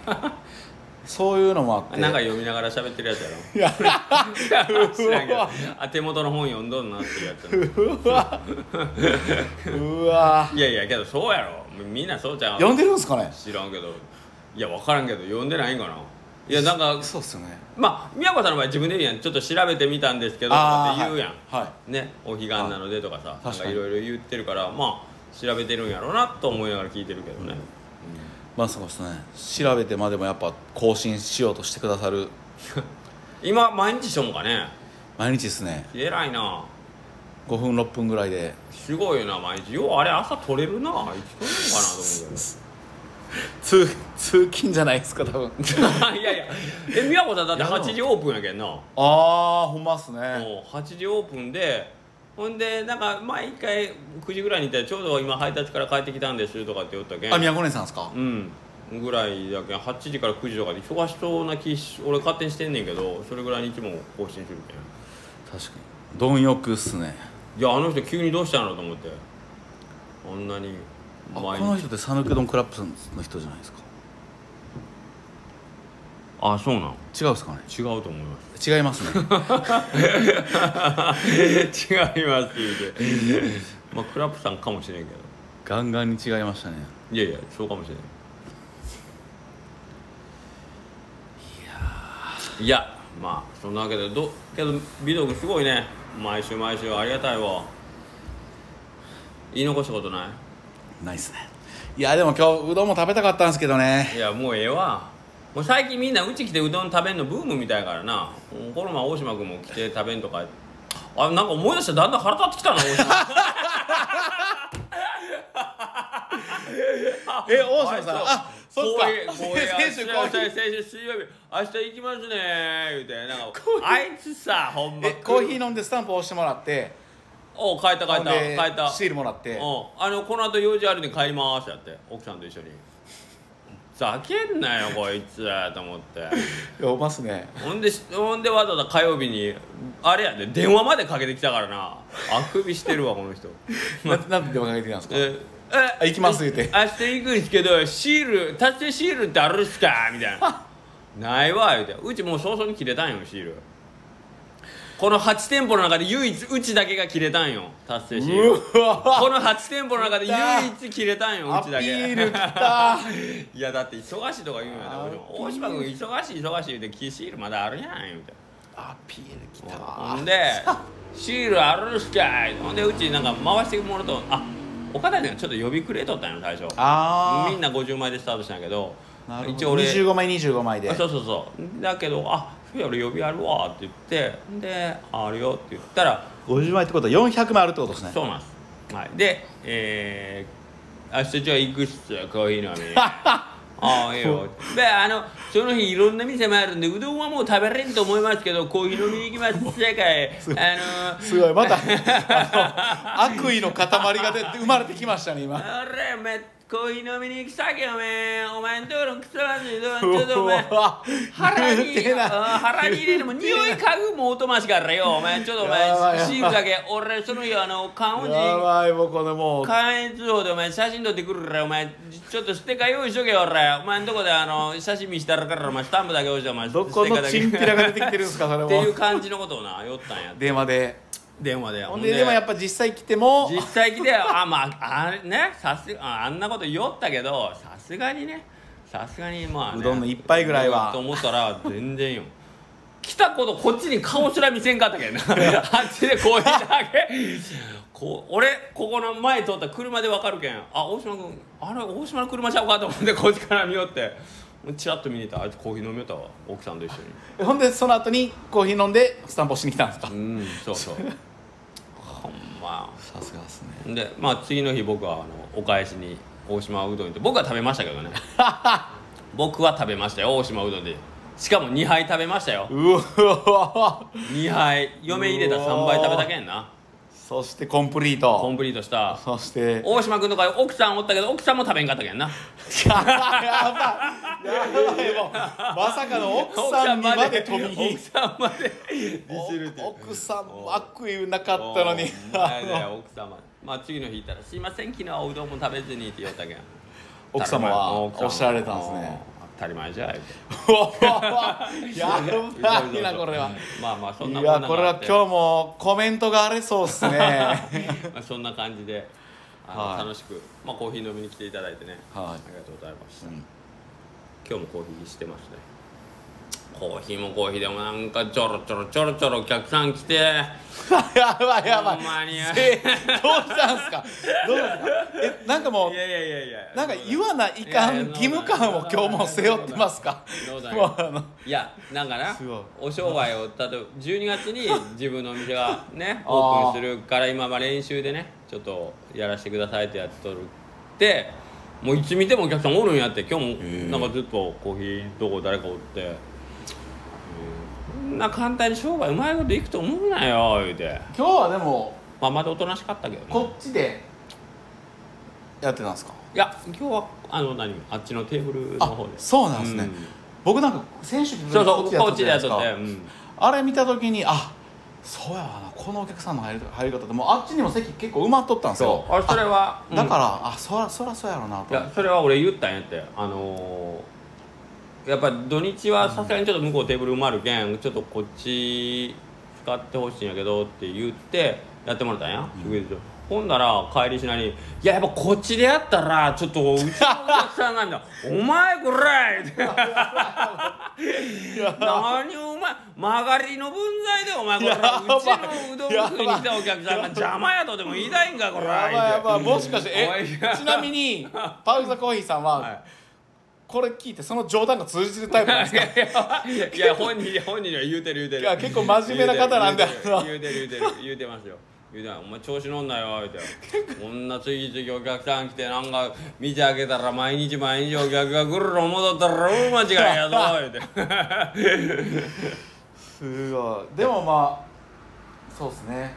そういうのもあって
なんか読みながら喋ってるやつやろ
いや
知らんけどあ手元の本読んどんなっていうやつやろ
うわうわ
いやいやけどそうやろみみんなそうちゃう
呼んでるんですかね
知らんけどいや分からんけど読んでないんかないやなんか
そうっすよね
まあ宮子さんの場合自分で言うやんちょっと調べてみたんですけどとか
あ
っ
あ
て言うやん、
はい、はい
ねお彼岸なのでとかさなん
確
か
かに
いろいろ言ってるからまあ調べてるんやろうなと思いながら聞いてるけどね、
まあそうですね調べてまでもやっぱ更新しようとしてくださる
今毎日しょんかね
毎日ですね
偉いな
5分6分ぐらいです
ごいな毎日ようあれ朝取れるな生きとんのか
通通勤じゃないですか多分
なと思うけどいやいやえ宮子さんだって8時オープンやけんなも
[LAUGHS] ああほんまっす
う
ね
8時オープンでほんでなんか毎回9時ぐらいに行ってちょうど今配達から帰ってきたんですとかって言ったけん
あ宮古根さんですか
うんぐらいだけん8時から9時とかで忙しそうな気し俺勝手にしてんねんけどそれぐらいにいつも更新するけん
確かに貪欲っすね
いやあの人急にどうしたのと思ってあんなに
あこ
毎
の
日
人って讃岐丼クラップさんの人じゃないですか
あそうなん
違うですかね
違うと思います
[LAUGHS]
[LAUGHS]
違いますね
違いますって言うてまあクラップさんかもしれんけど
ガンガンに違いましたね
いやいやそうかもしれんいやいやまあそんなわけでどけど美徳すごいね毎週毎週ありがたいわ言い残したことな
ないっすねいやでも今日うどんも食べたかったんですけどね
いいやもうええわもう最近みんなうち来てうどん食べんのブームみたいからなもうこの前大島君も来て食べんとかあなんか思い出しただんだん腹立ってきたな大島あ
え大島
いつ
さん
は
あそっか
光栄光栄
[LAUGHS] 先週コーヒ
[LAUGHS]
ー
先週水曜日明日行きますね言うてなんかあいつさほんま
えコーヒー飲んでスタンプ押してもらって
お変えた変
ほんで
えた変えた
シールもらって
うんあのこの後用事あるんで帰りますやって奥さんと一緒にふざけんなよこいつと思って [LAUGHS]
いやうますね
ほんでしほんでわざわざ火曜日にあれやで電話までかけてきたからなあくびしてるわこの人
ななんて電話かけてきたんです [LAUGHS] か
え
あ行きます言うて
明日行くんですけどシール達成シールってあるっすかみたいなないわ言うてうちもう早々に切れたんよシールこの8店舗の中で唯一うちだけが切れたんよ達成シール
うわ
この8店舗の中で唯一切れたんよ
ア
うち
ピ
だけ
ールきた
[LAUGHS] いやだって忙しいとか言うんや
あ
で大島君忙しい忙しい言うてキーシールまだあるやんみたいな
アピールき [LAUGHS] た
ほんでシールあるっすかいほんでうちなんか回してもらうとあ岡田君ちょっと呼びくれとったんよ最初
あ
みんな50枚でスタートしたんやけど
な
一応俺
25枚25枚で
あそうそうそうだけど「あそうや俺呼びあるわ」って言ってで「あるよ」って言ったら
50枚ってことは400枚あるってことですね
そうなんです、はい、でえー、明日じゃあ行くっすよコーヒー飲
[LAUGHS]
みああいいよであのその日いろんな店もあるんでうどんはもう食べれんと思いますけどコーヒー飲みに行きます世界あの
すごいまたあの悪意の塊が出て生まれてきましたね今
あれお前コーヒー飲みに行きさけお前お前んところくそまずいどんちょっとお前
うわ
腹に
[LAUGHS] 言うてない
あー腹に入れるもん匂い嗅ぐもおとましからよお前ちょっとお
やばいや
前
ばい
シールだけ俺その日あの観音
や
寺
ばいもうこのもう
関越道でお前写真撮ってくるからお前ちょっとステッカー用意しとけよ俺お前んとこであの写真見したるからお前スタンプだけ用意してお前
どこのチンピラが出てきてるんで
[LAUGHS]
すかそれ
っていう
も
感じのことをな酔ったんや
電話で
電話で
ほんででもやっぱ実際来ても
実際来てあまああれねさすああんなこと酔ったけどさすがにねさすがにまあ、ね、
うどんの一杯ぐらいは
と思ったら全然よ来たことこっちに顔すら見せんかったけどな [LAUGHS] あっちでこういうだけこう俺ここの前通った車でわかるけんあ大島君あれ大島の車ちゃうかと思ってこっちから見よってチラッと見に行ったらあいつコーヒー飲みよったわ奥さんと一緒に
ほんでその後にコーヒー飲んでスタンプしに来たんですか
うんそう
[LAUGHS]
そうほんま
さすがですね
でまあ次の日僕はあのお返しに大島うどん行って僕は食べましたけ
[LAUGHS]
どね僕は食べましたよ大島うどんでしかも2杯食べましたよ
うわ
2杯嫁入れた3杯食べたけんな
そしてコンプリー
コン
ト
プリートした
そして
大島君とか奥さんおったけど奥さんも食べんかったけんな
やばいやばいもうまさかの奥さんにまで飛び火
奥さんまでディスるっていう
奥さんも悪意なかった [LAUGHS] のに
お前だよ奥様まあ次の日行ったら「すいません昨日はうどんも食べずに」って言ったけん
奥様は
奥様
おっしゃられたんですね
当たり前じゃん言うて
[LAUGHS] やばいなこれは
まあまあそ
い
んな
やこれは
もんなん
今日
があっ
もコメントが荒れそうっす
[LAUGHS]
ね
てまあそんな感じであの
はい
楽しくまあコーヒー飲みに来ていただいてね
は
あ
い
りがとうございました
うん [LAUGHS]
今日もコーヒーしてますねコーヒーもコーヒーでもなんかちょろちょろちょろちょろお客さん来て
やばいやばい
ほんまに
せどうしたんすかどうしたんすかえなんかも
いやいやいやいや
うなんか言わないかん義務感を今日も背負ってますか
どうだい
もうあの
いやなんかな
すごい
お商売をたと12月
[LAUGHS]
に自分のお店がね
あー
オープンするから今まあ練習でねちょっとやらせてくださいってやっとるってもういつ見てもお客さんおるんやって今日
へー
もなんかずっとコーヒーどこ誰かおって「こんな簡単に商売うまいこといくと思うなよ」言うて
今日はでも
まあまだおとなしかったけどね
こっちでやってたんですか
いや今日はあの何あっちのテーブルの
あ
方で
そうなんですね、
うん
僕なんか選手来
そうそ
こっ
う
ちでや
こっ
っとったじ
ちでや
ゃないで
っ
す
と
か
って、うん
あれ見た時にあそうやわなこのお客さんの入り入り方ってもうあっちにも席結構埋まっとったんですよ
そうあれそれはうん
だから、あそらそらそうやろうなと
いやそれは俺言ったんやってあのーやっぱ土日はさすがにちょっと向こうテーブル埋まるけんちょっとこっち使ってほしいんやけどって言ってやってもらったんや、祝日ほんなら帰りしなに「いややっぱこっちでやったらちょっとうちのお客さん
[LAUGHS]
がみたいな「お前これ!」って何をお前曲がりの分際でお前これう
やばい
ちのうどん
う
食いに来たお客さんが邪魔やとでも言いたいんかこれ
やばいやばいもしかして
お
え
いや
ちなみにパウザコーヒーさんは、
はい
これ聞いてその冗談が通じるタイプなんですか
いやいや本人本人には言うてる言うてる
いや結構真面目な方なんで
言うてる言うてる言うてる言うてますよ言うてますお前調子乗んなよ言うてこんな次々お客さん来てなんか見てあげたら毎日毎日お客がぐるる戻ったら大間違いやぞ言うて
すごいでもまあそうですね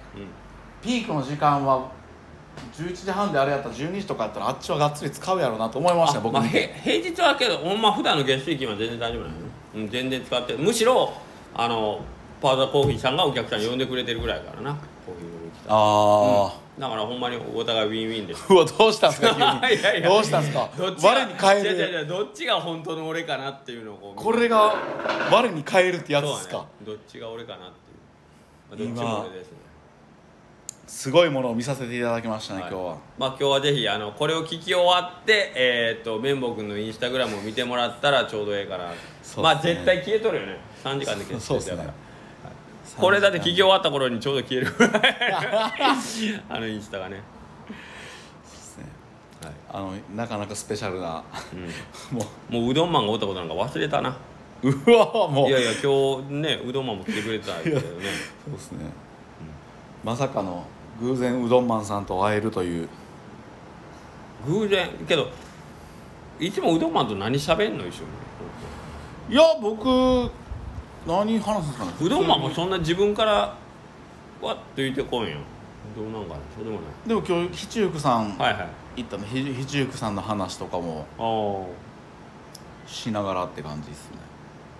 ピークの時間は11時半であれやったら12時とかやったらあっちはがっつり使うやろうなと思いました
あ
僕
まあ、
見て
へ平日はけどほんま普段の月水金は全然大丈夫なのよ、うん、全然使ってむしろあのパウダーコーヒーさんがお客さん呼んでくれてるぐらいからなコーヒー飲みに来た
あ
だからほんまにお互いウィンウィンです
あ、うわどうしたんすか急に
[LAUGHS] いやいや
どうしたんすか
どっちが
我に返
違う違う
る
違うどっちが本当の俺かなっていうのをこう
これが我に返るってやつです
そう
か
ね、どっちが俺かなっていう、まあ、どっちも俺ですね
すごいものを見させていただきましたね、
はい
今日は
まあ今日はぜひあのこれを聞き終わってえっ、と綿棒君のインスタグラムを見てもらったらちょうどええかな、
すね
まあ絶対消えとるよね3時間で消え
そう
と
で
るや
すね
から、これだって聞き終わった頃にちょうど消えるぐらい [LAUGHS] あのインスタがね
ですね
はい
あのなかなかスペシャルな、 [LAUGHS] も
もううどんマンがおったことなんか忘れたな
ううわもう
いやいや今日ねうどんマンも来てくれたけどね
そうですね、まさかの偶然うどんマンさんと会えるという
偶然けどいつもうどんマンと何喋んの一緒に
いや僕何話すんですかね
うどんマンもそんな自分からわっと言ってこんよどうなんかなそうでもな
でも今日ひちゆくさん
いはいはい
行ったのひひちゆくさんの話とかも
あ
しながらって感じですね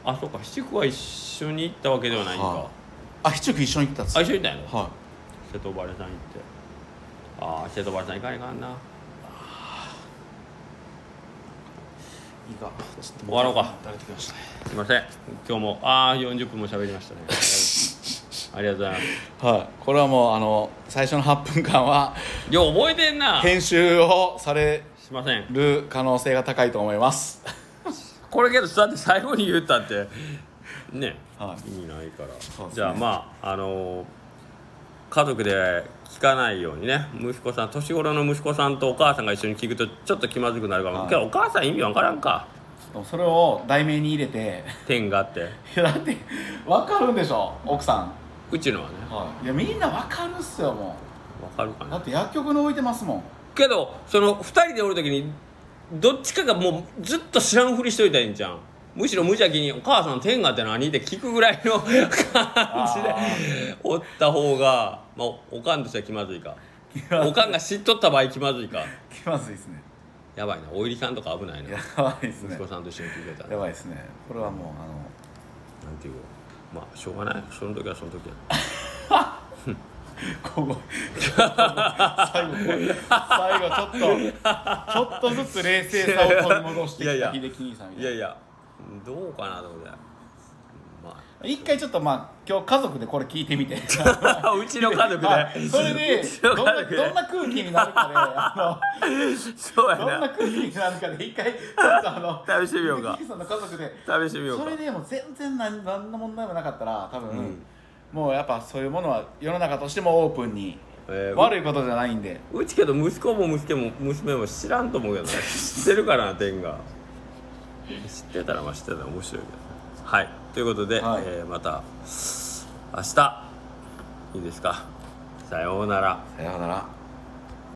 ああそうか七福は一緒に行ったわけではないんか、
はいあひちゆく一緒に行ったんです
あ
よ
一緒に行ったんやろ
は
瀬戸原さん行ってああ瀬戸原さん行かないかんない
いいかちょっと
終わろうか
慣れてきましたね
すいません今日もああ40分も喋りましたね [LAUGHS] ありがとうございます
はいこれはもうあの最初の8分間は
よう覚えてんな
編集をされ
すいません
る可能性が高いと思います
これけどだって最後に言ったってね、
はい
意味ないから、
そうですね
じゃあまああのー家族で聞かないようにね息子さん年頃の息子さんとお母さんが一緒に聞くとちょっと気まずくなるかも、
はい
けどお母さん意味わからんか
でもそれを題名に入れて
天があって
いやだって分かるんでしょ奥さ
うちのはね
ん、い、やみんな分かるっすよも
わかるか
うだ
な
って薬局に置いてますもん
けどその2人でおる時にどっちかがもうずっと知らんふりしといたらいいんじゃんむしろ無邪気に「お母さん天下って何?」って聞くぐらいの [LAUGHS] 感じで
あ
おった方が、まあ、おかんとしては気まずいかおかんが知っとった場合気まずいか
気まずいですね
やばいなお入りさんとか危ないな
やばいです
息
ね
子さんと一緒に聞いてたら
やばいですねこれはもうあの
なんていうのまあしょうがないその時はその時や
ここ最後最後ちょっとちょっとずつ冷静さを取り戻して
いやい
きた
や
秀樹兄さんみたいない
やいやどうかなと思ってま
一回ちょっとまあ今日家族でこれ聞いてみて [LAUGHS]
あうちの家族
はい
で
[LAUGHS] それで
うち
ど
の家
んな
族で
どんな空気になるかであ
そうや
のどんな
な
空気になるかで一回ちょっとあ
試
の
してみようか
秀樹兄さんの家族で
試してみようか
それでも全然何何の問題もなかったら多分、
うん
もうやっぱそういうものは世の中としてもオープンに
えー
悪いことじゃないんで
うちけど息子も娘も娘も知らんと思うけどね知ってるからな天が知ってたらまあ知ってたら面白いけどねはいということで、
はい
えーまた明日いいですかさようなら
さようなら